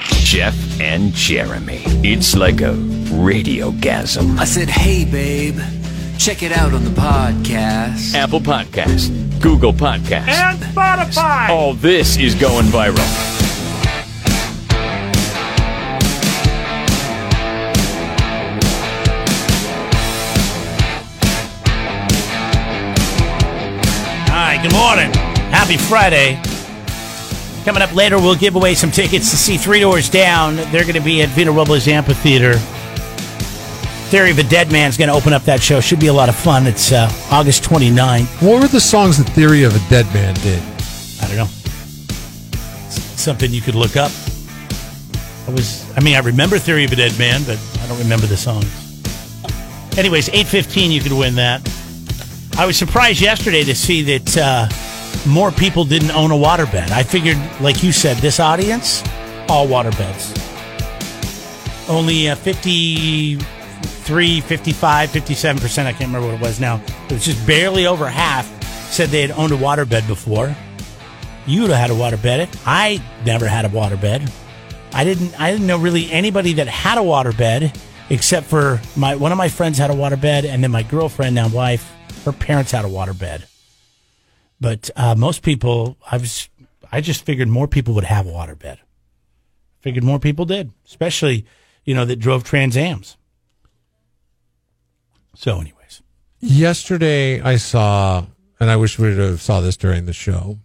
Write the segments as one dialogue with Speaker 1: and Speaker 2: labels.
Speaker 1: Jeff and Jeremy. It's like a radiogasm.
Speaker 2: I said, hey, babe, check it out on the podcast.
Speaker 1: Apple Podcast, Google Podcast.
Speaker 3: and Spotify.
Speaker 1: All this is going viral.
Speaker 3: All right, good morning. Happy Friday. Coming up later, we'll give away some tickets to see Three Doors Down. They're going to be at Vito Robles Amphitheater. Theory of a Dead Man's going to open up that show. Should be a lot of fun. It's uh, August 29th.
Speaker 4: What were the songs the theory of a dead man did?
Speaker 3: I don't know. S- something you could look up. I was, I mean, I remember Theory of a Dead Man, but I don't remember the songs. Anyways, 8.15, you could win that. I was surprised yesterday to see that uh, more people didn't own a waterbed. I figured, like you said, this audience, all waterbeds. Only uh, 53, 55, 57%, I can't remember what it was now. It was just barely over half said they had owned a waterbed before. You'd have had a waterbed. I never had a waterbed. I didn't. I didn't know really anybody that had a waterbed except for my one of my friends had a waterbed, and then my girlfriend, now wife, her parents had a waterbed. But uh, most people, I was, I just figured more people would have a waterbed. Figured more people did, especially you know that drove Trans Am's. So, anyways,
Speaker 4: Yesterday, I saw, and I wish we would have saw this during the show,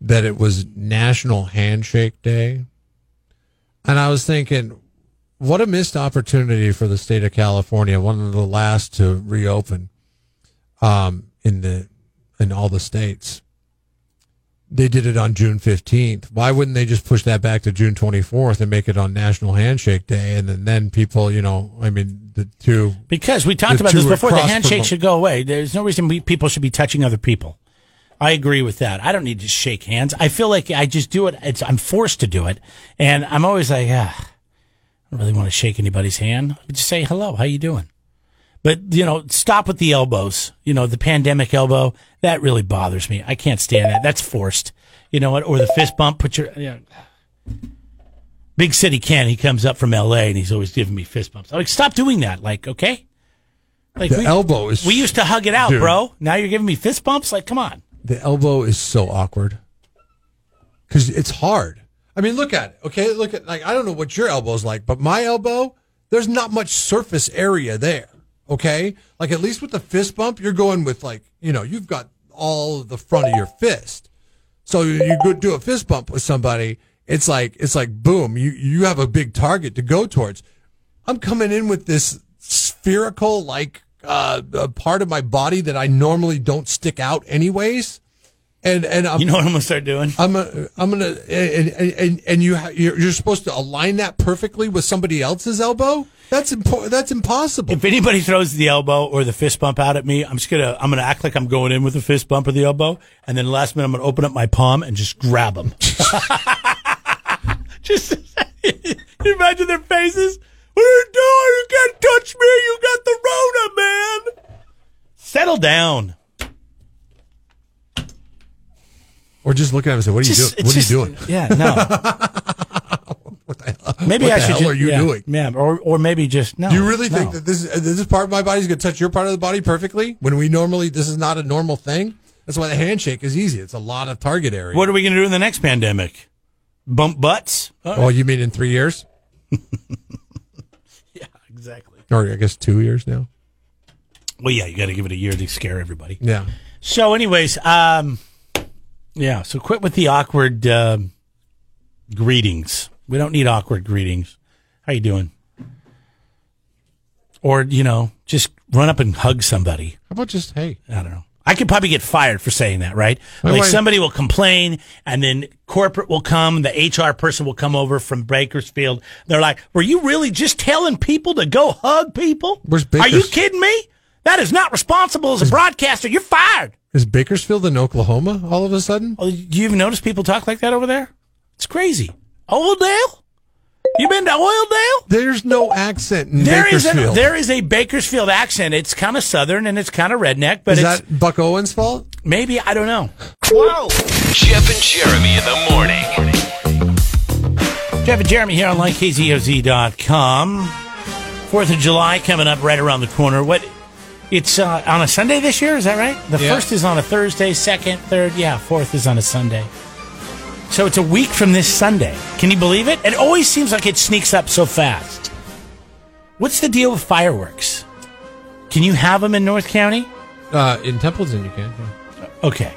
Speaker 4: that it was National Handshake Day, and I was thinking, what a missed opportunity for the state of California, one of the last to reopen, um, in the in all the states. They did it on June fifteenth. Why wouldn't they just push that back to June twenty fourth and make it on National Handshake Day, and then then people, you know, I mean, the two
Speaker 3: because we talked
Speaker 4: The
Speaker 3: about
Speaker 4: two
Speaker 3: this
Speaker 4: are
Speaker 3: before, the
Speaker 4: cross
Speaker 3: handshake
Speaker 4: promote-
Speaker 3: should go away. There's no reason we, people should be touching other people. I agree with that. I don't need to shake hands. I feel like I just do it. It's, I'm forced to do it, and I'm always like, ah, I don't really want to shake anybody's hand. I just say hello. How you doing? But you know, stop with the elbows. You know, the pandemic elbow that really bothers me. I can't stand that. That's forced. You know what? Or the fist bump. Put your you know. big city Ken. He comes up from L.A. and he's always giving me fist bumps. I'm like, stop doing that. Like, okay. Like
Speaker 4: The elbow is
Speaker 3: we used to hug it out,
Speaker 4: Dude.
Speaker 3: bro. Now you're giving me fist bumps. Like, come on.
Speaker 4: the elbow is so awkward because it's hard. I mean, look at it. Okay, look at like I don't know what your elbow's like, but my elbow, there's not much surface area there. Okay, like at least with the fist bump, you're going with like you know you've got all of the front of your fist. So you- you go do a fist bump with somebody, it's like it's like boom, you you have a big target to go towards. I'm coming in with this spherical like uh, uh, part of my body that I normally don't stick out anyways, and and I'm
Speaker 3: You know what I'm gonna start doing?
Speaker 4: I'm a, I'm gonna and and and, and you ha- you're, you're supposed to align that perfectly with somebody else's elbow. That's impo- That's impossible.
Speaker 3: If anybody throws the elbow or the fist bump out at me, I'm just gonna I'm gonna act like I'm going in with the fist bump or the elbow, and then last minute I'm gonna open up my palm and just grab them. just imagine their faces. What are you doing? You can't touch me. You got the Rona, man. Settle down.
Speaker 4: Or just look at him and say, "What are
Speaker 3: Just-
Speaker 4: you doing? What
Speaker 3: just-
Speaker 4: are you doing?
Speaker 3: Yeah, no. Maybe
Speaker 4: What
Speaker 3: I
Speaker 4: the
Speaker 3: should.
Speaker 4: hell
Speaker 3: just,
Speaker 4: are you
Speaker 3: yeah,
Speaker 4: doing?
Speaker 3: Yeah, or or maybe just no.
Speaker 4: Do you really think
Speaker 3: no.
Speaker 4: that this uh, this part of my body is going to touch your part of the body perfectly when we normally this is not a normal thing? That's why the handshake is easy. It's a lot of target area.
Speaker 3: What are we gonna do in the next pandemic? Bump butts? Oh,
Speaker 4: Oh, you mean in three years,
Speaker 3: exactly.
Speaker 4: or I guess two years now?
Speaker 3: Well, yeah, you got to give it a year to scare everybody.
Speaker 4: Yeah.
Speaker 3: So, anyways, um, yeah. So, quit with the awkward um greetings. We don't need awkward greetings. How you doing? Or you know, just run up and hug somebody.
Speaker 4: How about just hey?
Speaker 3: I don't know. I could probably get fired for saying that, right?
Speaker 4: Wait,
Speaker 3: like
Speaker 4: wait.
Speaker 3: somebody will complain, and then corporate will come, the HR person will come over from Bakersfield. They're like, "Were you really just telling people to go hug people?
Speaker 4: Where's
Speaker 3: Are you
Speaker 4: Bakers-
Speaker 3: kidding me? That is not responsible as a broadcaster. You're fired."
Speaker 4: Is Bakersfield in Oklahoma all of a sudden?
Speaker 3: Oh, do you even notice people talk like that over there? It's crazy. Oildale? You been to Oildale?
Speaker 4: There's no accent in
Speaker 3: There is
Speaker 4: Bakersfield.
Speaker 3: an, there is a Bakersfield accent. It's kind of southern and it's kind of redneck, but
Speaker 4: is
Speaker 3: it's
Speaker 4: that Buck Owens' fault?
Speaker 3: maybe I don't know.
Speaker 1: Jeff and Jeremy in the morning.
Speaker 3: Jeff and Jeremy here on likekzoz.com. Fourth of July coming up right around the corner. What? It's uh, on a Sunday this year, is that right? The
Speaker 4: Yeah.
Speaker 3: first is on a Thursday, second, third, yeah, fourth is on a Sunday. So it's a week from this Sunday. Can you believe it? It always seems like it sneaks up so fast. What's the deal with fireworks? Can you have them in North County?
Speaker 4: Uh, in Templeton, you can. yeah.
Speaker 3: Okay.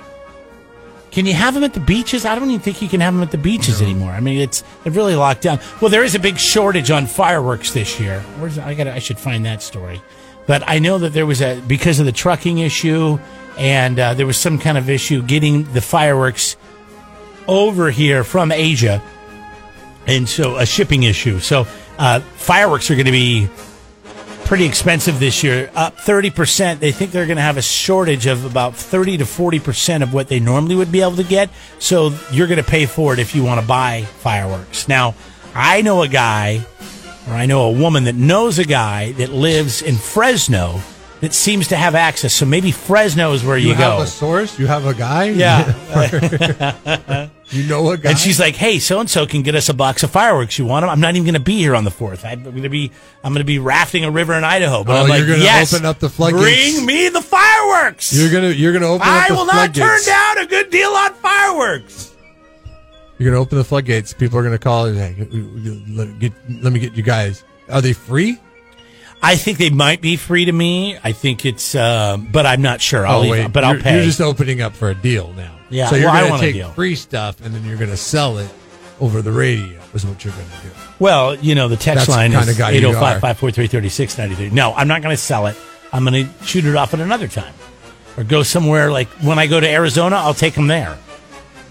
Speaker 3: Can you have them at the beaches? I don't even think you can have them at the beaches anymore. I mean, it's it really locked down. Well, there is a big shortage on fireworks this year. Where's I got? I should find that story. But I know that there was a because of the trucking issue, and uh, there was some kind of issue getting the fireworks over here from Asia, and so a shipping issue. So uh, fireworks are going to be pretty expensive this year, up 30%. They think they're going to have a shortage of about 30 to 40% of what they normally would be able to get. So you're going to pay for it if you want to buy fireworks. Now, I know a guy, or I know a woman that knows a guy that lives in Fresno that seems to have access. So maybe Fresno is where you,
Speaker 4: You,
Speaker 3: go.
Speaker 4: have a source. You have a guy.
Speaker 3: yeah.
Speaker 4: you know a guy.
Speaker 3: And she's like, "Hey, so and so can get us a box of fireworks. You want them? I'm not even going to be here on the fourth. I'm going to be I'm going to be rafting a river in Idaho. But
Speaker 4: Oh,
Speaker 3: I'm like,
Speaker 4: you're gonna
Speaker 3: yes,
Speaker 4: open up the floodgates.
Speaker 3: Bring me the fireworks.
Speaker 4: you're gonna you're gonna open. up
Speaker 3: I
Speaker 4: the
Speaker 3: will not turn
Speaker 4: floodgates.
Speaker 3: down a good deal on fireworks.
Speaker 4: You're gonna open the floodgates. People are gonna call and hey, let, get, let me get you guys. Are they free?
Speaker 3: I think they might be free to me. I think it's, um, but I'm not sure. I'll leave, but I'll
Speaker 4: Oh, You're-
Speaker 3: pay.
Speaker 4: You're just opening up for a deal now.
Speaker 3: Yeah,
Speaker 4: So you're
Speaker 3: well, I
Speaker 4: gonna
Speaker 3: want a
Speaker 4: take
Speaker 3: deal.
Speaker 4: free stuff and then you're gonna sell it over the radio. Is what you're gonna do.
Speaker 3: well, you know, the text
Speaker 4: That's the
Speaker 3: line
Speaker 4: kinda
Speaker 3: is
Speaker 4: guy you
Speaker 3: 805
Speaker 4: are.
Speaker 3: 543 3693. No, I'm not going to sell it. I'm going to shoot it off at another time or go somewhere like when I go to Arizona, I'll take them there.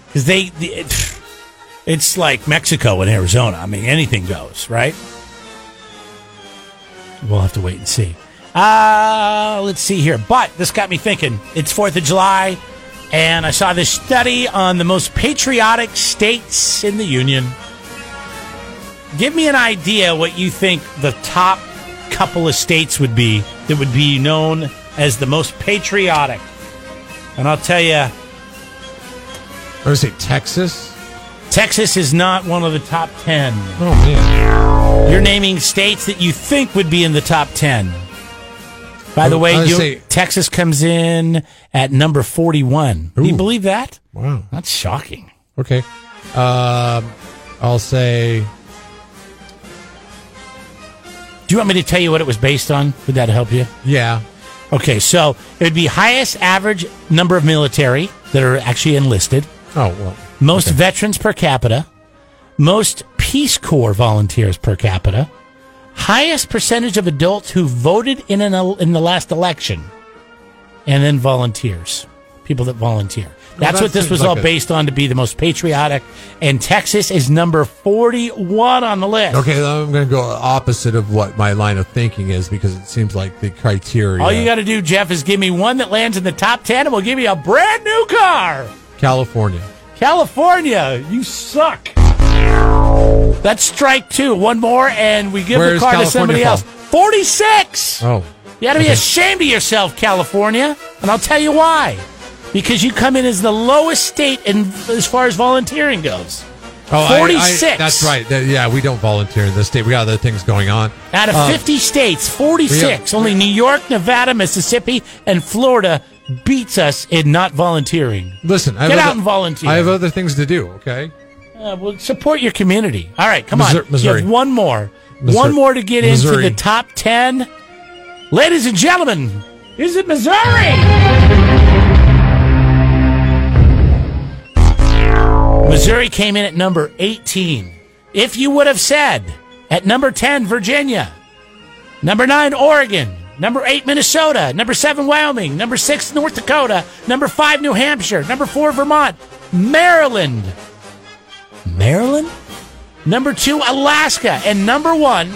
Speaker 3: Because they, the- it- it's like Mexico and Arizona. I mean, anything goes, right? We'll have to wait and see. Uh, let's see here. But this got me thinking. It's 4th of July, and I saw this study on the most patriotic states in the Union. Give me an idea what you think the top couple of states would be that would be known as the most patriotic. And I'll tell you,
Speaker 4: I'm gonna say Texas.
Speaker 3: Texas is not one of the top 10.
Speaker 4: Oh man.
Speaker 3: You're naming states that you think would be in the top 10. By the
Speaker 4: I'm-
Speaker 3: way,
Speaker 4: I'm
Speaker 3: you,
Speaker 4: say-
Speaker 3: Texas comes in at number 41. Do you
Speaker 4: Ooh.
Speaker 3: believe that?
Speaker 4: Wow.
Speaker 3: That's shocking.
Speaker 4: Okay. Um, I'll say
Speaker 3: Do you want me to tell you what it was based on? Would that help you?
Speaker 4: yeah.
Speaker 3: Okay, so it would be highest average number of military that are actually enlisted,
Speaker 4: Oh well.
Speaker 3: most veterans per capita, most Peace Corps volunteers per capita, highest percentage of adults who voted in an el- in the last election, and then volunteers, people that volunteer. That's
Speaker 4: that
Speaker 3: what this
Speaker 4: seems
Speaker 3: was
Speaker 4: like
Speaker 3: all
Speaker 4: a-
Speaker 3: based on to be the most patriotic, and Texas is number forty-one on the list.
Speaker 4: Okay, then I'm going to go opposite of what my line of thinking is because it seems like the criteria.
Speaker 3: All you got to do, Jeff, is give me one that lands in the top ten, and we'll give you a brand new car.
Speaker 4: California.
Speaker 3: California, you suck. That's strike two. One more, and we give
Speaker 4: Where
Speaker 3: the
Speaker 4: is
Speaker 3: car to
Speaker 4: California
Speaker 3: somebody
Speaker 4: from?
Speaker 3: else. 46.
Speaker 4: Oh,
Speaker 3: you ought to be ashamed of yourself, California. And I'll tell you why. Because you come in as the lowest state in, as far as volunteering goes.
Speaker 4: oh I- I-
Speaker 3: 46.
Speaker 4: that's right. That- yeah, we don't volunteer in this state. We got other things going on.
Speaker 3: Out of
Speaker 4: Um,
Speaker 3: 50 states, 46. Only New York, Nevada, Mississippi, and Florida beats us in not volunteering.
Speaker 4: Listen, I have
Speaker 3: Get
Speaker 4: other-
Speaker 3: out and volunteer.
Speaker 4: I have other things to do. Okay.
Speaker 3: Uh, well, support your community. All right, come
Speaker 4: Missouri-
Speaker 3: on.
Speaker 4: Missouri.
Speaker 3: You have one more.
Speaker 4: Missouri-
Speaker 3: One more to get
Speaker 4: Missouri.
Speaker 3: into the top 10. Ladies and gentlemen, is it Missouri? Missouri came in at number 18. If you would have said at number 10, Virginia, number 9, Oregon, number 8, Minnesota, number 7, Wyoming, number 6, North Dakota, number 5, New Hampshire, number 4, Vermont, Maryland. Maryland? Number two, Alaska. And number one,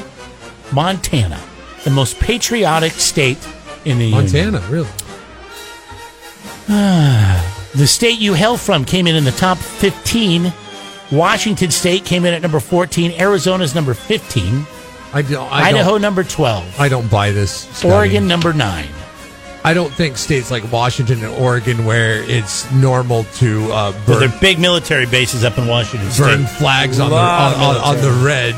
Speaker 3: Montana, the most patriotic state in the Union.
Speaker 4: Montana, really.
Speaker 3: The state you hail from came in in the top 15. Washington State came in at number 14. Arizona's number 15.
Speaker 4: I don't. I
Speaker 3: Idaho,
Speaker 4: Don't,
Speaker 3: number 12.
Speaker 4: I don't buy this. Scotty.
Speaker 3: Oregon, number 9.
Speaker 4: I don't think states like Washington and Oregon, where it's normal to uh,
Speaker 3: Well,
Speaker 4: burn,
Speaker 3: there are big military bases up in Washington
Speaker 4: burn
Speaker 3: State.
Speaker 4: flags on the
Speaker 5: Lot
Speaker 4: on,
Speaker 5: of
Speaker 4: on, on the reg,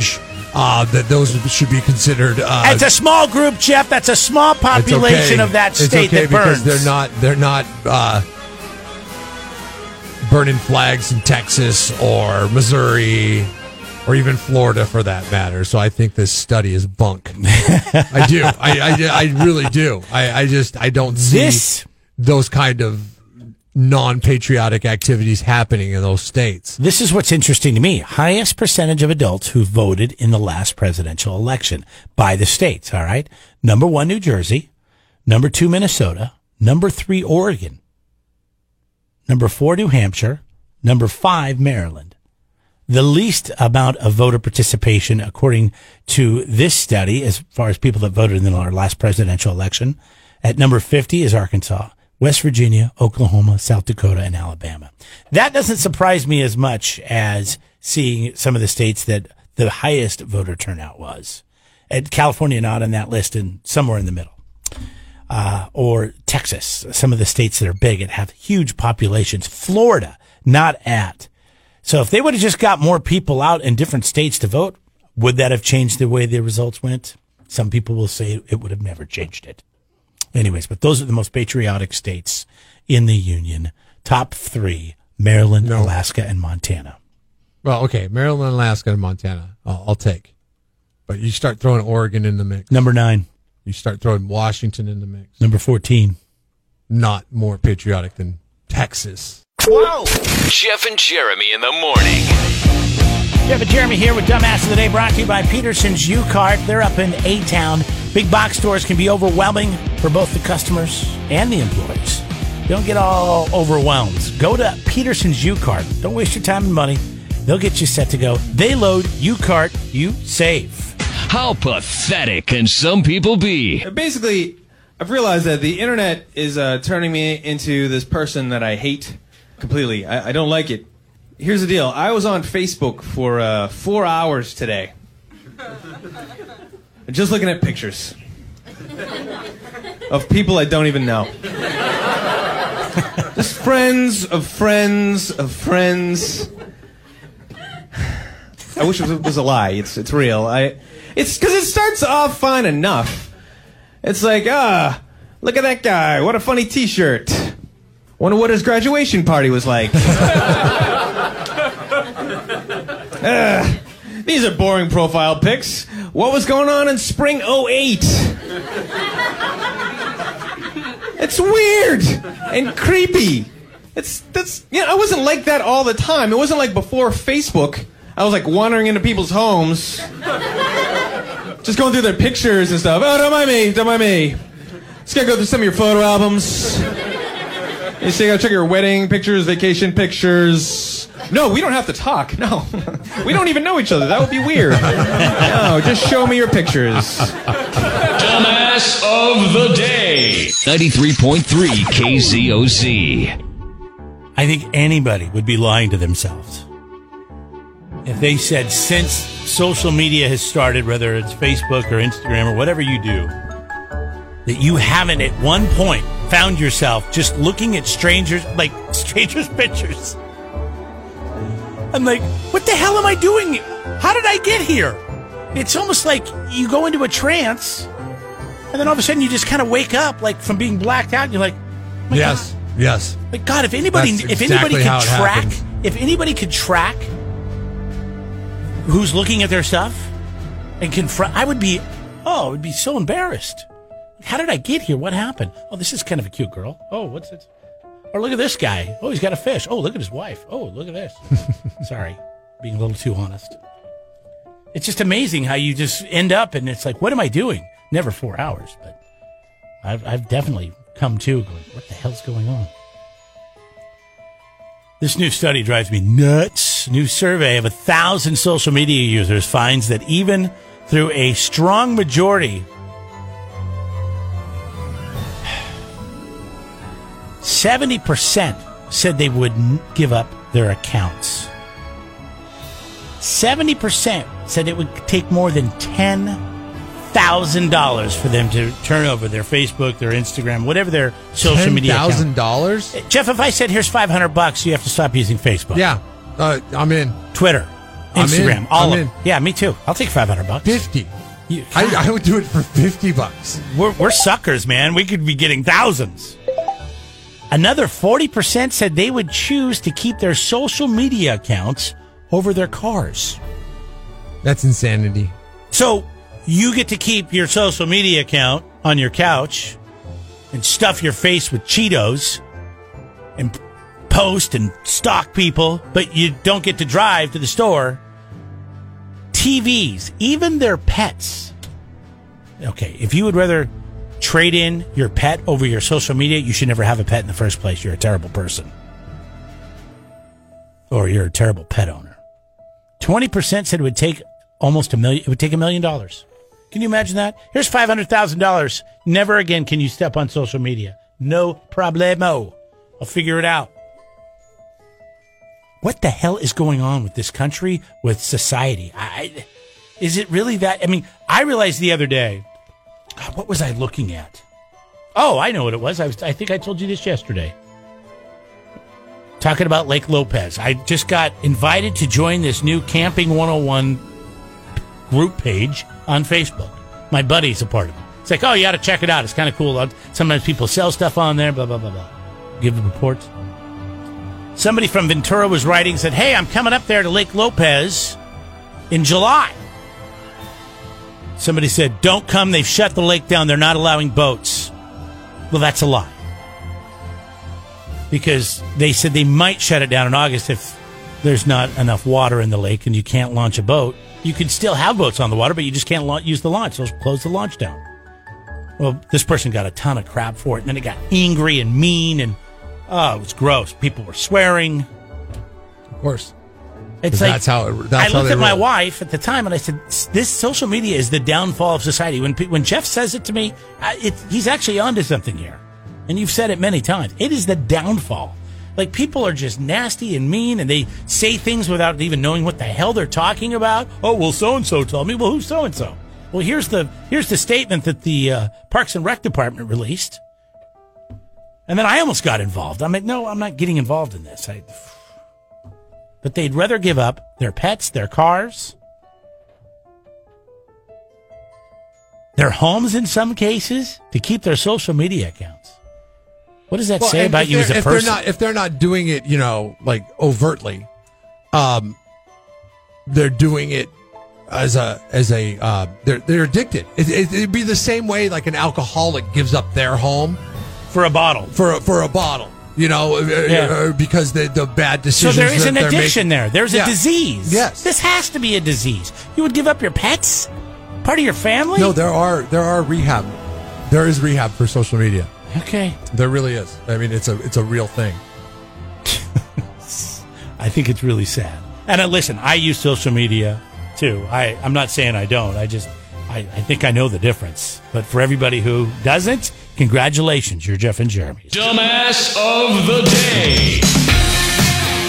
Speaker 4: uh, that those should be considered. Uh,
Speaker 3: That's a small group, Jeff. That's a small
Speaker 4: it's
Speaker 3: population
Speaker 4: okay.
Speaker 3: of that
Speaker 4: It's
Speaker 3: state
Speaker 4: okay
Speaker 3: that burns.
Speaker 4: because they're not they're not uh, burning flags in Texas or Missouri or even Florida for that matter. So I think this study is bunk. I do. I, I, I really do. I, I just I don't see
Speaker 3: This-
Speaker 4: those kind of non-patriotic activities happening in those states.
Speaker 3: This is what's interesting to me. Highest percentage of adults who voted in the last presidential election by the states, all right? Number one, New Jersey. Number two, Minnesota. Number three, Oregon. Number four, New Hampshire. Number five, Maryland. The least amount of voter participation, according to this study, as far as people that voted in our last presidential election, at number 50 is Arkansas, West Virginia, Oklahoma, South Dakota, and Alabama. That doesn't surprise me as much as seeing some of the states that the highest voter turnout was. And California not on that list and somewhere in the middle Uh, or Texas, some of the states that are big and have huge populations. Florida, not at. So if they would have just got more people out in different states to vote, would that have changed the way the results went? Some people will say it would have never changed it. Anyways, but those are the most patriotic states in the union. Top three Maryland, Alaska, and Montana.
Speaker 4: Well, okay, Maryland, Alaska, and Montana, I'll, I'll take. But you start throwing Oregon in the mix.
Speaker 3: Number nine,
Speaker 4: You start throwing Washington in the mix.
Speaker 3: number 14.
Speaker 4: Not more patriotic than Texas.
Speaker 1: Jeff and Jeremy in the morning.
Speaker 3: Yeah, but Jeremy here with Dumbass of the Day, brought to you by Peterson's U Cart. They're up in A Town. Big box stores can be overwhelming for both the customers and the employees. Don't get all overwhelmed. Go to Peterson's U Cart. Don't waste your time and money. They'll get you set to go. They load, you cart, you save.
Speaker 1: How pathetic can some people be?
Speaker 5: Basically, I've realized that the internet is uh, turning me into this person that I hate completely. I, I don't like it. Here's the deal I was on Facebook for uh, four hours today, just looking at pictures of people I don't even know. Just friends of friends of friends. I wish it was, was a lie. It's it's real. I it's because it starts off fine enough. It's like ah, look at that guy. What a funny T-shirt. Wonder what his graduation party was like. Ah, these are boring profile pics. What was going on in spring 08? It's weird and creepy. It's that's you know, I wasn't like that all the time. It wasn't like before Facebook. I was like wandering into people's homes, just going through their pictures and stuff. Oh, don't mind me, don't mind me. Just gotta go through some of your photo albums. You see, gotta check your wedding pictures, vacation pictures. No, we don't have to talk. No, we don't even know each other. That would be weird. No, just show me your pictures.
Speaker 1: Dumbass of the day. 93.3 KZOZ.
Speaker 3: I think anybody would be lying to themselves if they said since social media has started, whether it's Facebook or Instagram or whatever you do, that you haven't at one point found yourself just looking at strangers, like strangers' pictures. I'm like, what the hell am I doing? How did I get here? It's almost like you go into a trance, and then all of a sudden you just kind of wake up, like from being blacked out, and you're like, "My
Speaker 4: Yes, yes.
Speaker 3: But God, if anybody,
Speaker 4: That's
Speaker 3: if anybody
Speaker 4: exactly how
Speaker 3: could
Speaker 4: it
Speaker 3: track,
Speaker 4: happened.
Speaker 3: if anybody could track who's looking at their stuff and confront, I would be, oh, I would be so embarrassed. How did I get here? What happened? Oh, this is kind of a cute girl. Oh, what's it? Or look at this guy. Oh, he's got a fish. Oh, look at his wife. Oh, look at this. Sorry, being a little too honest. It's just amazing how you just end up and it's like, what am I doing? Never four hours, but I've, I've definitely come to going, what the hell's going on? This new study drives me nuts. New survey of a thousand social media users finds that even through a strong majority, 70% said they wouldn't give up their accounts. 70% said it would take more than 10 $10,000 for them to turn over their Facebook, their Instagram, whatever their social media account.
Speaker 4: dollars.
Speaker 3: Jeff, if I said, here's 500 bucks, you have to stop using Facebook.
Speaker 4: Yeah, uh, I'm in
Speaker 3: Twitter,
Speaker 4: I'm in.
Speaker 3: Instagram, all
Speaker 4: I'm
Speaker 3: of
Speaker 4: in.
Speaker 3: them. Yeah, me too. I'll take 500 bucks.
Speaker 4: fifty.
Speaker 3: You-
Speaker 4: I, I would do it for fifty bucks.
Speaker 3: We're, we're suckers, man. We could be getting thousands. Another 40% said they would choose to keep their social media accounts over their cars.
Speaker 4: That's insanity.
Speaker 3: So you get to keep your social media account on your couch and stuff your face with Cheetos and post and stalk people, but you don't get to drive to the store. TVs, even their pets. Okay, if you would rather trade in your pet over your social media, you should never have a pet in the first place. You're a terrible person. Or you're a terrible pet owner. 20% said it would take almost a million it would take a million dollars can you imagine that here's $500000 never again can you step on social media no problemo i'll figure it out what the hell is going on with this country with society I, is it really that i mean i realized the other day God, what was i looking at oh i know what it was i, was, I think i told you this yesterday talking about Lake Lopez. I just got invited to join this new Camping 101 group page on Facebook. My buddy's a part of it. It's like, oh, you got to check it out. It's kind of cool. Sometimes people sell stuff on there, blah, blah, blah, blah. Give the reports. Somebody from Ventura was writing, said, hey, I'm coming up there to Lake Lopez in July. Somebody said, don't come. They've shut the lake down. They're not allowing boats. Well, that's a lie because they said they might shut it down in August if there's not enough water in the lake and you can't launch a boat. You can still have boats on the water, but you just can't launch, use the launch. They'll close the launch down. Well, this person got a ton of crap for it, and then it got angry and mean, and oh, it was gross. People were swearing.
Speaker 4: Of course.
Speaker 3: It's like
Speaker 4: That's how it- that's
Speaker 3: I
Speaker 4: how
Speaker 3: looked
Speaker 4: they
Speaker 3: at my
Speaker 4: roll.
Speaker 3: wife at the time and I said, "S- "This social media is the downfall of society." When pe- when Jeff says it to me, I, it, he's actually onto something here, and you've said it many times. It is the downfall. Like people are just nasty and mean, and they say things without even knowing what the hell they're talking about. Oh well, so and so told me. Well, who's so and so? Well, here's the here's the statement that the uh, Parks and Rec Department released, and then I almost got involved. I'm like, no, I'm not getting involved in this. I but they'd rather give up their pets, their cars, their homes in some cases to keep their social media accounts. What does that
Speaker 4: Well,
Speaker 3: say
Speaker 4: and
Speaker 3: about
Speaker 4: if
Speaker 3: you as
Speaker 4: they're-
Speaker 3: a
Speaker 4: if
Speaker 3: person?
Speaker 4: They're not, if they're not doing it, you know, like overtly, um, they're doing it as a as a uh, they're they're addicted. It, it, it'd be the same way like an alcoholic gives up their home
Speaker 3: for a bottle.
Speaker 4: for a, for a bottle, you know, uh,
Speaker 3: Yeah.
Speaker 4: uh, because the the bad
Speaker 3: So
Speaker 4: decisions.
Speaker 3: there is
Speaker 4: that
Speaker 3: an
Speaker 4: they're
Speaker 3: addiction
Speaker 4: making.
Speaker 3: there. There's
Speaker 4: Yeah.
Speaker 3: a disease.
Speaker 4: Yes.
Speaker 3: This has to be a disease. You would give up your pets? Part of your family?
Speaker 4: No, there are there are rehab. There is rehab for social media.
Speaker 3: Okay.
Speaker 4: There really is. I mean, it's a it's a real thing.
Speaker 3: I think it's really sad. And I, listen, I use social media too. I, I'm not saying I don't. I just, I, I think I know the difference. But for everybody who doesn't, congratulations. You're Jeff and Jeremy.
Speaker 6: Dumbass of the day.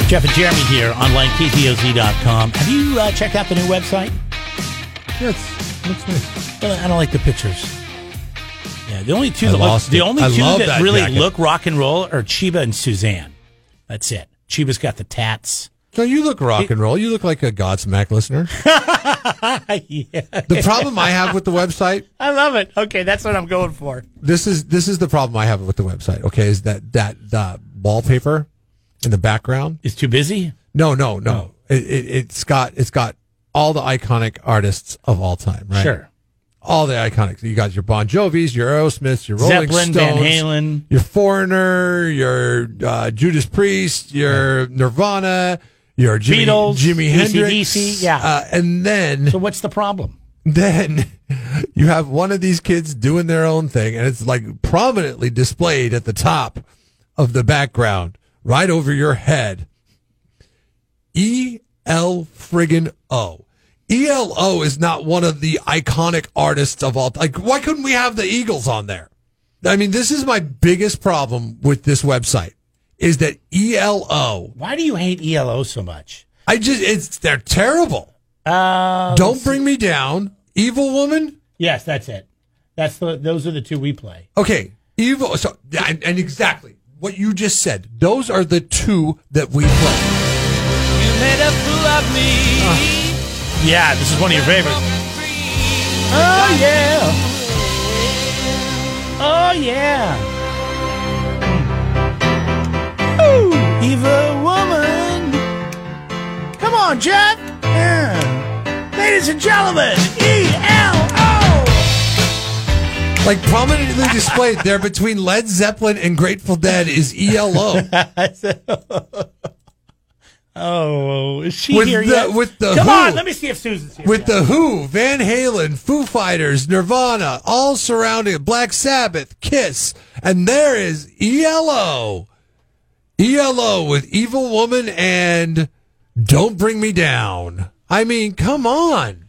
Speaker 3: Jeff and Jeremy here, online, KTOZ.com. Have you uh, checked out the new website?
Speaker 4: Yes, looks nice.
Speaker 3: Uh, I don't like the pictures. Yeah, the only two that look,
Speaker 4: lost
Speaker 3: the
Speaker 4: it.
Speaker 3: only
Speaker 4: I
Speaker 3: two
Speaker 4: love
Speaker 3: that,
Speaker 4: that
Speaker 3: really
Speaker 4: jacket.
Speaker 3: look rock and roll are Chiba and Suzanne. That's it. Chiba's got the tats.
Speaker 4: No, you look rock and roll. You look like a Godsmack listener.
Speaker 3: yeah,
Speaker 4: The problem I have with the website
Speaker 3: I love it. Okay, that's what I'm going for.
Speaker 4: this is this is the problem I have with the website. Okay, is that that the wallpaper in the background?
Speaker 3: It's too busy.
Speaker 4: No, no, no. It, it, it's got it's got all the iconic artists of all time, right?
Speaker 3: Sure.
Speaker 4: all the iconics. You got your Bon Jovi's, your Aerosmiths, your Rolling
Speaker 3: Zeppelin,
Speaker 4: Stones,
Speaker 3: Van Halen.
Speaker 4: your Foreigner, your uh, Judas Priest, your Nirvana, your Jimmy,
Speaker 3: Beatles,
Speaker 4: Jimi Hendrix,
Speaker 3: AC/DC, yeah.
Speaker 4: uh, and then
Speaker 3: So what's the problem?
Speaker 4: then you have one of these kids doing their own thing and it's like prominently displayed at the top of the background right over your head E L friggin O E L O is not one of the iconic artists of all like why couldn't we have the Eagles on there I mean this is my biggest problem with this website is that E L O
Speaker 3: Why do you hate ELO so much?
Speaker 4: I just it's they're terrible
Speaker 3: Uh,
Speaker 4: don't bring me down evil woman
Speaker 3: Yes, that's it. That's the. Those are the two we play.
Speaker 4: Okay, evil. So yeah, and, and exactly what you just said. Those are the two that we play.
Speaker 2: You made a fool of me.
Speaker 3: Yeah, this is one of your favorites. Oh yeah. Oh yeah. Ooh, evil woman. Come on, Jeff. Yeah. Ladies and gentlemen, E L O.
Speaker 4: Like prominently displayed there between Led Zeppelin and Grateful Dead is E ELO
Speaker 3: Oh, is she
Speaker 4: With
Speaker 3: here
Speaker 4: the-
Speaker 3: yet?
Speaker 4: with the
Speaker 3: Come
Speaker 4: who?
Speaker 3: on, let me see if Susan's here.
Speaker 4: with the Who, Van Halen, Foo Fighters, Nirvana, all surrounding Black Sabbath, Kiss, and there is E ELO. ELO E with Evil Woman and Don't Bring Me Down. I mean, come on.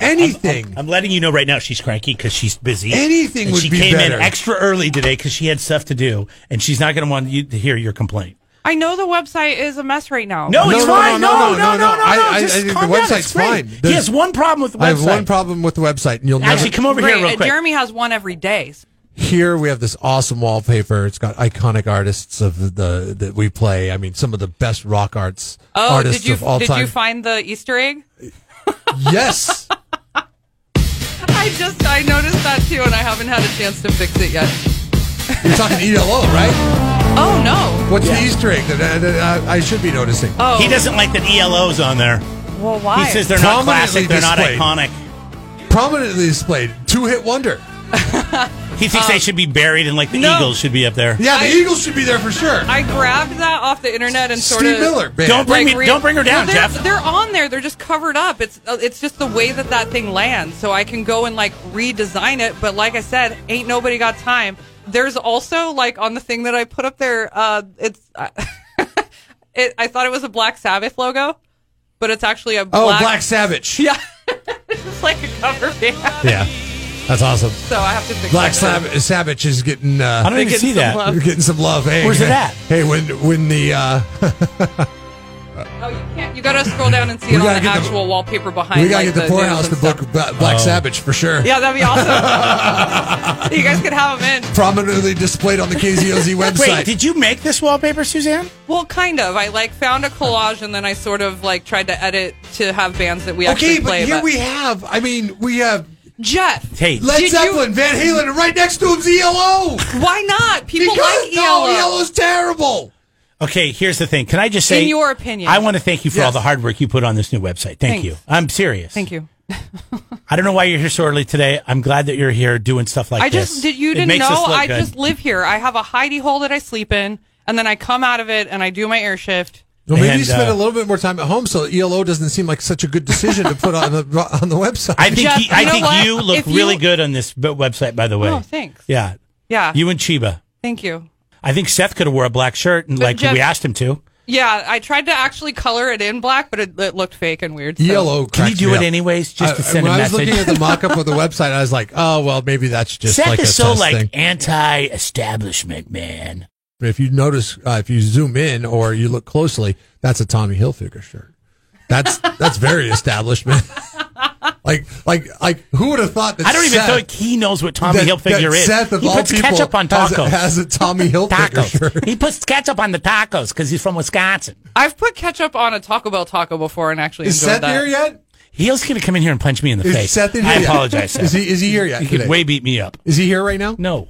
Speaker 4: Anything.
Speaker 3: I'm letting you know right now she's cranky because she's busy.
Speaker 4: Anything
Speaker 3: and
Speaker 4: would
Speaker 3: she
Speaker 4: be
Speaker 3: came
Speaker 4: better.
Speaker 3: in extra early today because she had stuff to do, and she's not going to want you to hear your complaint.
Speaker 7: I know the website is a mess right now.
Speaker 3: No,
Speaker 4: No,
Speaker 3: he's
Speaker 4: no,
Speaker 3: fine.
Speaker 4: no,
Speaker 3: No, no, no, no, no.
Speaker 4: I- I-
Speaker 3: Just
Speaker 4: I think the
Speaker 3: calm down. It's
Speaker 4: website's
Speaker 3: great.
Speaker 4: fine.
Speaker 3: He
Speaker 4: There's-
Speaker 3: has one problem with the website.
Speaker 4: I have one problem with the website, and you'll never.
Speaker 3: Actually, come over here real
Speaker 7: Great.
Speaker 3: quick.
Speaker 7: Jeremy has one every day.
Speaker 4: here we have this awesome wallpaper. It's got iconic artists of the, the that we play. I mean, some of the best rock arts
Speaker 7: Oh,
Speaker 4: artists
Speaker 7: did you
Speaker 4: of all
Speaker 7: did
Speaker 4: time.
Speaker 7: you find the Easter egg?
Speaker 4: yes,
Speaker 7: I just I noticed that too, and I haven't had a chance to fix it yet.
Speaker 4: you're talking ELO, right?
Speaker 7: Oh no!
Speaker 4: What's the Easter egg that, that- that I, I should be noticing?
Speaker 7: Oh,
Speaker 3: He doesn't like that ELO's on there.
Speaker 7: Well, why?
Speaker 3: He says they're not
Speaker 4: Prominently
Speaker 3: classic. They're not
Speaker 4: displayed.
Speaker 3: iconic.
Speaker 4: Prominently displayed, two hit wonder.
Speaker 3: He thinks they should be buried, and like the
Speaker 7: Oh. no.
Speaker 3: Eagles should be up there.
Speaker 4: Yeah, the
Speaker 7: I-
Speaker 4: Eagles should be there for sure.
Speaker 7: I grabbed that off the internet and sort
Speaker 4: Steve
Speaker 7: of
Speaker 4: Miller, band.
Speaker 3: Don't bring me.
Speaker 7: re-
Speaker 3: don't bring her
Speaker 7: Well,
Speaker 3: down,
Speaker 7: they're,
Speaker 3: Jeff.
Speaker 7: They're on there. They're just covered up. It's uh, it's just the way that that thing lands. So I can go and like redesign it. But like I said, ain't nobody got time. There's also like on the thing that I put up there. Uh, it's uh, it, I thought it was a Black Sabbath logo, but it's actually a
Speaker 4: oh,
Speaker 7: black,
Speaker 4: Black Savage.
Speaker 7: yeah. it's like a cover band.
Speaker 4: yeah, that's awesome.
Speaker 7: So I have to fix
Speaker 4: Black
Speaker 7: that.
Speaker 4: Sav- Savage is getting. Uh,
Speaker 3: I don't even
Speaker 7: get
Speaker 3: see
Speaker 7: some
Speaker 3: that.
Speaker 7: love.
Speaker 4: You're getting some love. Hey,
Speaker 3: Where's it
Speaker 4: hey,
Speaker 3: at?
Speaker 4: Hey, when when the uh,
Speaker 7: Oh, you can't. You gotta scroll down and see
Speaker 4: We
Speaker 7: it on
Speaker 4: gotta
Speaker 7: the
Speaker 4: get the-
Speaker 7: actual wallpaper behind.
Speaker 4: we gotta get
Speaker 7: like,
Speaker 4: the,
Speaker 7: news
Speaker 4: poorhouse
Speaker 7: and
Speaker 4: to book
Speaker 7: stuff.
Speaker 4: Bla-
Speaker 3: Oh.
Speaker 4: Black Savage for sure.
Speaker 7: Yeah, that'd be awesome. you guys could have them in.
Speaker 4: Prominently displayed on the KZOZ website.
Speaker 3: Wait, did you make this wallpaper, Suzanne?
Speaker 7: Well, kind of. I like found a collage and then I sort of like tried to edit to have bands that we
Speaker 4: Okay,
Speaker 7: actually
Speaker 4: but
Speaker 7: play.
Speaker 4: here we have. I mean, we have
Speaker 7: Jeff,
Speaker 3: Hey,
Speaker 4: Led
Speaker 7: Did you-
Speaker 4: Zeppelin, Van Halen, and right next to him's ELO.
Speaker 7: why not? People
Speaker 4: Because
Speaker 7: like
Speaker 3: E
Speaker 7: ELO.
Speaker 4: no, ELO's terrible.
Speaker 3: Okay, here's the thing. Can I just say,
Speaker 7: In your opinion.
Speaker 3: I want to thank you for all
Speaker 4: Yes.
Speaker 3: the hard work you put on this new website. Thank
Speaker 7: Thanks.
Speaker 3: you. I'm serious.
Speaker 7: Thank you.
Speaker 3: I don't know why you're here so early today. I'm glad that you're here doing stuff like
Speaker 7: I
Speaker 3: this.
Speaker 7: just did. You
Speaker 3: It
Speaker 7: didn't
Speaker 3: makes
Speaker 7: know.
Speaker 3: us look
Speaker 7: I
Speaker 3: good.
Speaker 7: just live here. I have a hidey hole that I sleep in, and then I come out of it and I do my air shift.
Speaker 4: Well, maybe
Speaker 3: And,
Speaker 4: you spend
Speaker 3: uh,
Speaker 4: a little bit more time at home, so ELO doesn't seem like such a good decision to put on the on the website.
Speaker 3: I think
Speaker 7: Jeff,
Speaker 3: he, I
Speaker 7: you know
Speaker 3: think
Speaker 7: what?
Speaker 3: you look
Speaker 7: If you-
Speaker 3: really good on this b- website. By the way,
Speaker 7: Oh, thanks.
Speaker 3: Yeah,
Speaker 7: Yeah.
Speaker 3: you and Chiba.
Speaker 7: Thank you.
Speaker 3: I think Seth could have wore a black shirt, and like
Speaker 7: Jeff-
Speaker 3: we asked him to.
Speaker 7: Yeah, I tried to actually color it in black, but it, it looked fake and weird. so-
Speaker 4: ELO.
Speaker 3: Can you
Speaker 4: E cracks
Speaker 3: do
Speaker 4: me
Speaker 3: it
Speaker 4: up.
Speaker 3: anyways, just
Speaker 4: I-
Speaker 3: to send
Speaker 4: when
Speaker 3: a
Speaker 4: I was
Speaker 3: message?
Speaker 4: looking at the mock-up of the website, I was like, "Oh well, maybe that's just
Speaker 3: Seth
Speaker 4: like a
Speaker 3: is so
Speaker 4: test
Speaker 3: like
Speaker 4: thing."
Speaker 3: anti-establishment, man.
Speaker 4: But if you notice, uh, if you zoom in or you look closely, that's a Tommy Hilfiger shirt. That's that's very establishment. like like like, who would have thought that?
Speaker 3: I don't even
Speaker 4: Seth,
Speaker 3: think he knows what Tommy
Speaker 4: that-
Speaker 3: Hilfiger
Speaker 4: that
Speaker 3: is.
Speaker 4: Seth of
Speaker 3: he
Speaker 4: all
Speaker 3: puts
Speaker 4: people
Speaker 3: ketchup on
Speaker 4: has a-
Speaker 3: tacos.
Speaker 4: Has a Tommy Hilfiger
Speaker 3: tacos.
Speaker 4: shirt.
Speaker 3: he puts ketchup on the tacos because he's from Wisconsin.
Speaker 7: I've put ketchup on a Taco Bell taco before and actually
Speaker 4: Is
Speaker 7: enjoyed
Speaker 4: Seth
Speaker 7: that.
Speaker 4: here yet?
Speaker 3: He's going to come in here and punch me in the
Speaker 4: Is
Speaker 3: face.
Speaker 4: Seth in here?
Speaker 3: I
Speaker 4: yet?
Speaker 3: apologize. Seth.
Speaker 4: Is he is he here yet?
Speaker 3: He could
Speaker 4: today?
Speaker 3: way beat me up.
Speaker 4: Is he here right now?
Speaker 3: No.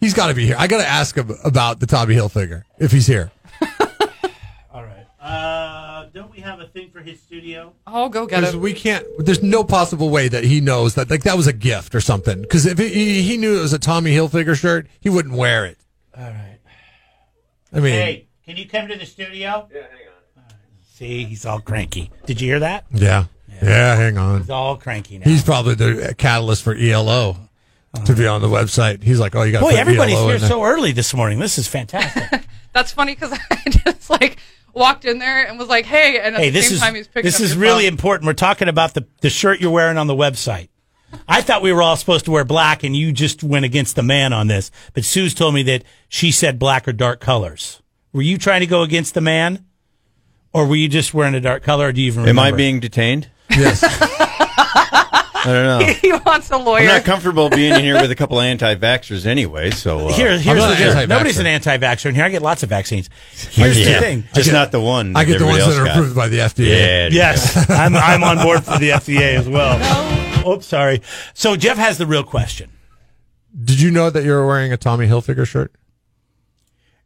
Speaker 4: He's got to be here. I got to ask him about the Tommy Hilfiger if he's here.
Speaker 3: All right. Uh, don't we have a thing for his studio?
Speaker 7: I'll go get
Speaker 4: Because
Speaker 7: it.
Speaker 4: we can't. There's no possible way that he knows that like that was a gift or something. Because if he, he knew it was a Tommy Hilfiger shirt, he wouldn't wear it.
Speaker 3: All right.
Speaker 4: I mean,
Speaker 3: Hey, can you come to the studio? Yeah, hang on. See, he's all cranky. Did you hear that?
Speaker 4: yeah. yeah, Hang on.
Speaker 3: He's all cranky now.
Speaker 4: He's probably the catalyst for ELO to be on the website. He's like, oh, you got.
Speaker 3: Boy,
Speaker 4: put
Speaker 3: everybody's
Speaker 4: ELO
Speaker 3: here
Speaker 4: in there.
Speaker 3: so early this morning. This is fantastic.
Speaker 7: That's funny because I just like walked in there and was like, "Hey!" And at
Speaker 3: hey,
Speaker 7: the
Speaker 3: this
Speaker 7: same
Speaker 3: is
Speaker 7: time, he's picking
Speaker 3: this
Speaker 7: up
Speaker 3: is
Speaker 7: your
Speaker 3: really
Speaker 7: phone.
Speaker 3: important. We're talking about the the shirt you're wearing on the website. I thought we were all supposed to wear black, and you just went against the man on this. But Sue's told me that she said black or dark colors. Were you trying to go against the man, or were you just wearing a dark color? Or do you even
Speaker 5: Am
Speaker 3: remember?
Speaker 5: I being detained?
Speaker 4: Yes.
Speaker 8: I don't know.
Speaker 7: he wants a
Speaker 8: I'm
Speaker 7: lawyer.
Speaker 8: not comfortable being in here with a couple of anti-vaxxers anyway. So uh,
Speaker 3: Here, here's
Speaker 4: not
Speaker 3: the
Speaker 4: an anti-vaxxer.
Speaker 3: deal. Nobody's an anti-vaxxer in here. I get lots of vaccines. Here's
Speaker 8: yeah,
Speaker 3: the thing.
Speaker 8: just not the one.
Speaker 4: I get the
Speaker 8: everybody
Speaker 4: ones
Speaker 8: else
Speaker 4: that are
Speaker 8: got.
Speaker 4: approved by the FDA.
Speaker 8: Yeah.
Speaker 3: Yes, I'm, I'm on board for the FDA as well. Oops, sorry. So Jeff has the real question.
Speaker 4: Did you know that you were wearing a Tommy Hilfiger shirt?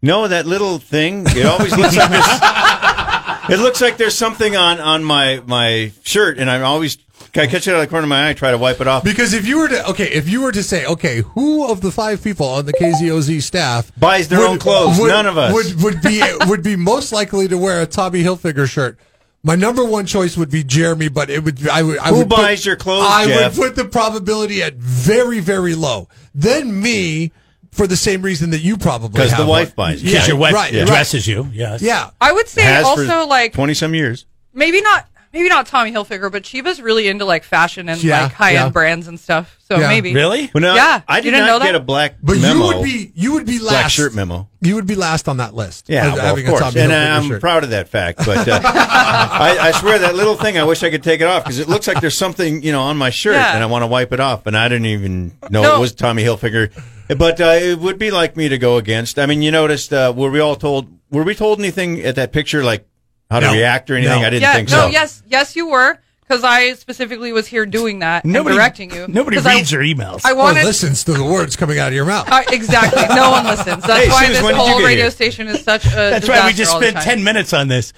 Speaker 8: No, that little thing. It always looks like this. It looks like there's something on on my my shirt, and I'm always. I catch it out of the corner of my eye, try to wipe it off.
Speaker 4: Because if you were to okay, if you were to say okay, who of the five people on the KZOZ staff
Speaker 8: Buys their own clothes? None of us.
Speaker 4: would would be would be most likely to wear a Tommy Hilfiger shirt. My number one choice would be Jeremy, but it would I would I
Speaker 8: Who
Speaker 4: would put-
Speaker 8: buys your clothes,
Speaker 4: I
Speaker 8: Jeff?
Speaker 4: would put the probability at very very low. Then me for the same reason that you probably
Speaker 8: 'Cause the
Speaker 4: have
Speaker 8: wife
Speaker 4: one.
Speaker 8: buys it.
Speaker 3: Because
Speaker 4: yeah,
Speaker 3: your wife
Speaker 4: right,
Speaker 3: dresses you. Yes.
Speaker 4: yeah.
Speaker 7: I would say
Speaker 8: Has for
Speaker 7: also like
Speaker 8: twenty some years.
Speaker 7: maybe not maybe not Tommy Hilfiger, but Sheba's really into like fashion and
Speaker 4: Yeah,
Speaker 7: like high
Speaker 4: yeah.
Speaker 7: end brands and stuff. So
Speaker 4: Yeah.
Speaker 7: maybe
Speaker 3: Really?
Speaker 8: Well, no,
Speaker 7: Yeah,
Speaker 8: I
Speaker 7: you
Speaker 8: did
Speaker 7: didn't
Speaker 8: not
Speaker 7: know
Speaker 8: get
Speaker 7: that?
Speaker 8: a black
Speaker 4: But
Speaker 8: memo,
Speaker 4: you would be you would be last
Speaker 8: black shirt memo.
Speaker 4: You would be last on that list.
Speaker 8: Yeah,
Speaker 4: as
Speaker 8: well,
Speaker 4: having
Speaker 8: of
Speaker 4: a
Speaker 8: course,
Speaker 4: Tommy
Speaker 8: and uh, um,
Speaker 4: Hilfiger
Speaker 8: I'm
Speaker 4: shirt.
Speaker 8: proud of that fact. But uh, I, I swear that little thing, I wish I could take it off because it looks like there's something you know on my shirt,
Speaker 7: Yeah.
Speaker 8: and I want to wipe it off. And I didn't even know
Speaker 7: No.
Speaker 8: it was Tommy Hilfiger. But uh, it would be like me to go against. I mean, you noticed uh, were we all told? Were we told anything at that picture, like how to
Speaker 3: No.
Speaker 8: react or anything?
Speaker 3: No.
Speaker 8: I didn't
Speaker 7: yeah,
Speaker 8: think
Speaker 7: no,
Speaker 8: so.
Speaker 7: yes, yes, you were because I specifically was here doing that and directing you.
Speaker 3: Nobody
Speaker 7: 'Cause
Speaker 3: reads
Speaker 7: I,
Speaker 3: your emails.
Speaker 7: I
Speaker 4: Or
Speaker 7: wanted.
Speaker 4: listens to the words coming out of your mouth.
Speaker 7: I- exactly. No one listens. That's
Speaker 8: Hey,
Speaker 7: why
Speaker 8: Suze, when
Speaker 7: this
Speaker 8: did you
Speaker 7: whole
Speaker 8: get
Speaker 7: radio
Speaker 8: here?
Speaker 7: station is such a.
Speaker 3: That's why we
Speaker 7: disaster
Speaker 3: just
Speaker 7: all the
Speaker 3: spent
Speaker 7: time.
Speaker 3: ten minutes on this.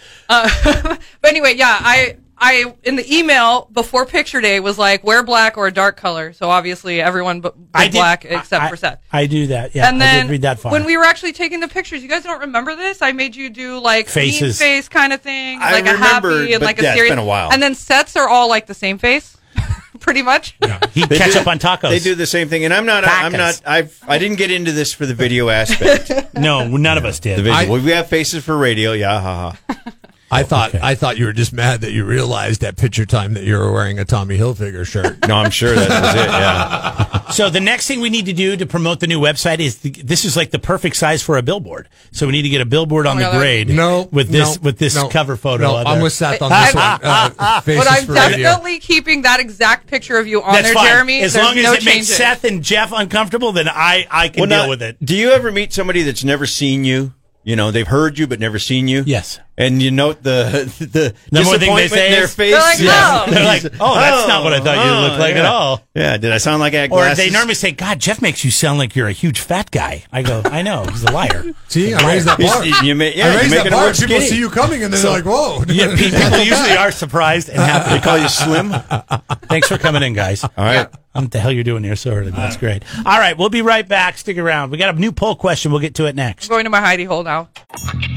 Speaker 7: But anyway, yeah, I I in the email before picture day was like wear black or a dark color. So obviously everyone but
Speaker 3: I did-
Speaker 7: black except
Speaker 3: I-
Speaker 7: for Seth.
Speaker 3: I do that. Yeah.
Speaker 7: And then
Speaker 3: I did read that far.
Speaker 7: when we were actually taking the pictures, you guys don't remember this? I made you do like
Speaker 3: Faces.
Speaker 7: mean face kind of thing,
Speaker 8: I
Speaker 7: like a
Speaker 8: remember,
Speaker 7: happy and
Speaker 8: but
Speaker 7: like a
Speaker 8: yeah, it's
Speaker 7: serious.
Speaker 8: been a while.
Speaker 7: And then sets are all like the same face, pretty much.
Speaker 3: he catch up on tacos.
Speaker 8: They do the same thing, and I'm not. I'm
Speaker 3: Tacos.
Speaker 8: not. I've. I didn't get into this for the video aspect. the
Speaker 3: No, none of us did.
Speaker 8: visual.
Speaker 4: I-
Speaker 8: we have faces for radio. Yeah, ha ha.
Speaker 4: I thought I thought you were just mad that you realized at picture time that you were wearing a Tommy Hilfiger shirt.
Speaker 8: No, I'm sure that was it. Yeah.
Speaker 3: So the next thing we need to do to promote the new website is the, this is like the perfect size for a billboard. So we need to get a billboard on
Speaker 7: Oh, yeah,
Speaker 3: the
Speaker 7: that-
Speaker 3: grade.
Speaker 4: No,
Speaker 3: with this
Speaker 4: no,
Speaker 3: with this
Speaker 4: no,
Speaker 3: cover photo.
Speaker 4: No,
Speaker 3: of
Speaker 4: I'm
Speaker 3: there.
Speaker 4: with Seth on
Speaker 7: I-
Speaker 4: this one.
Speaker 7: I-
Speaker 4: Uh, faces
Speaker 7: But I'm
Speaker 4: for radio.
Speaker 7: definitely keeping that exact picture of you on
Speaker 3: That's
Speaker 7: there,
Speaker 3: fine.
Speaker 7: Jeremy.
Speaker 3: As
Speaker 7: There's
Speaker 3: long as
Speaker 7: no
Speaker 3: it makes
Speaker 7: changes.
Speaker 3: Seth and Jeff uncomfortable, then I I can deal
Speaker 8: now,
Speaker 3: with it.
Speaker 8: Do you ever meet somebody that's never seen you? You know, they've heard you but never seen you.
Speaker 3: Yes.
Speaker 8: And you note the the
Speaker 3: The more
Speaker 8: disappointment
Speaker 3: thing they say
Speaker 8: in their
Speaker 3: is-
Speaker 8: face.
Speaker 7: They're like,
Speaker 8: Yeah. oh,
Speaker 7: "Oh."
Speaker 3: They're like, oh, that's not what I thought you looked like
Speaker 8: yeah.
Speaker 3: at all.
Speaker 8: Yeah, did I sound like I had
Speaker 3: Or
Speaker 8: glasses?
Speaker 3: they normally say, "God, Jeff makes you sound like you're a huge fat guy." I go, "I know, he's a liar."
Speaker 4: See, I raised that bar.
Speaker 8: You, you ma- yeah,
Speaker 4: I
Speaker 8: you
Speaker 4: raised
Speaker 8: make
Speaker 4: that
Speaker 8: it
Speaker 4: bar.
Speaker 8: more
Speaker 4: People
Speaker 8: skinny.
Speaker 4: see you coming and they're like, "Whoa!"
Speaker 3: Yeah, pe- people usually are surprised and
Speaker 8: They
Speaker 3: happy.
Speaker 8: call you slim. All
Speaker 3: Thanks for coming in, guys.
Speaker 8: right.
Speaker 3: I don't know what the hell you're doing here so early. but That's great. All right, we'll be right back. Stick around. We got a new poll question. We'll get to it next.
Speaker 7: I'm going to my hidey hole now.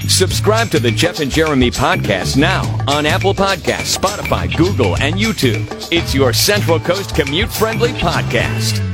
Speaker 9: Subscribe to the Jeff and Jeremy podcast now on Apple Podcasts, Spotify, Google, and YouTube. It's your Central Coast commute friendly podcast.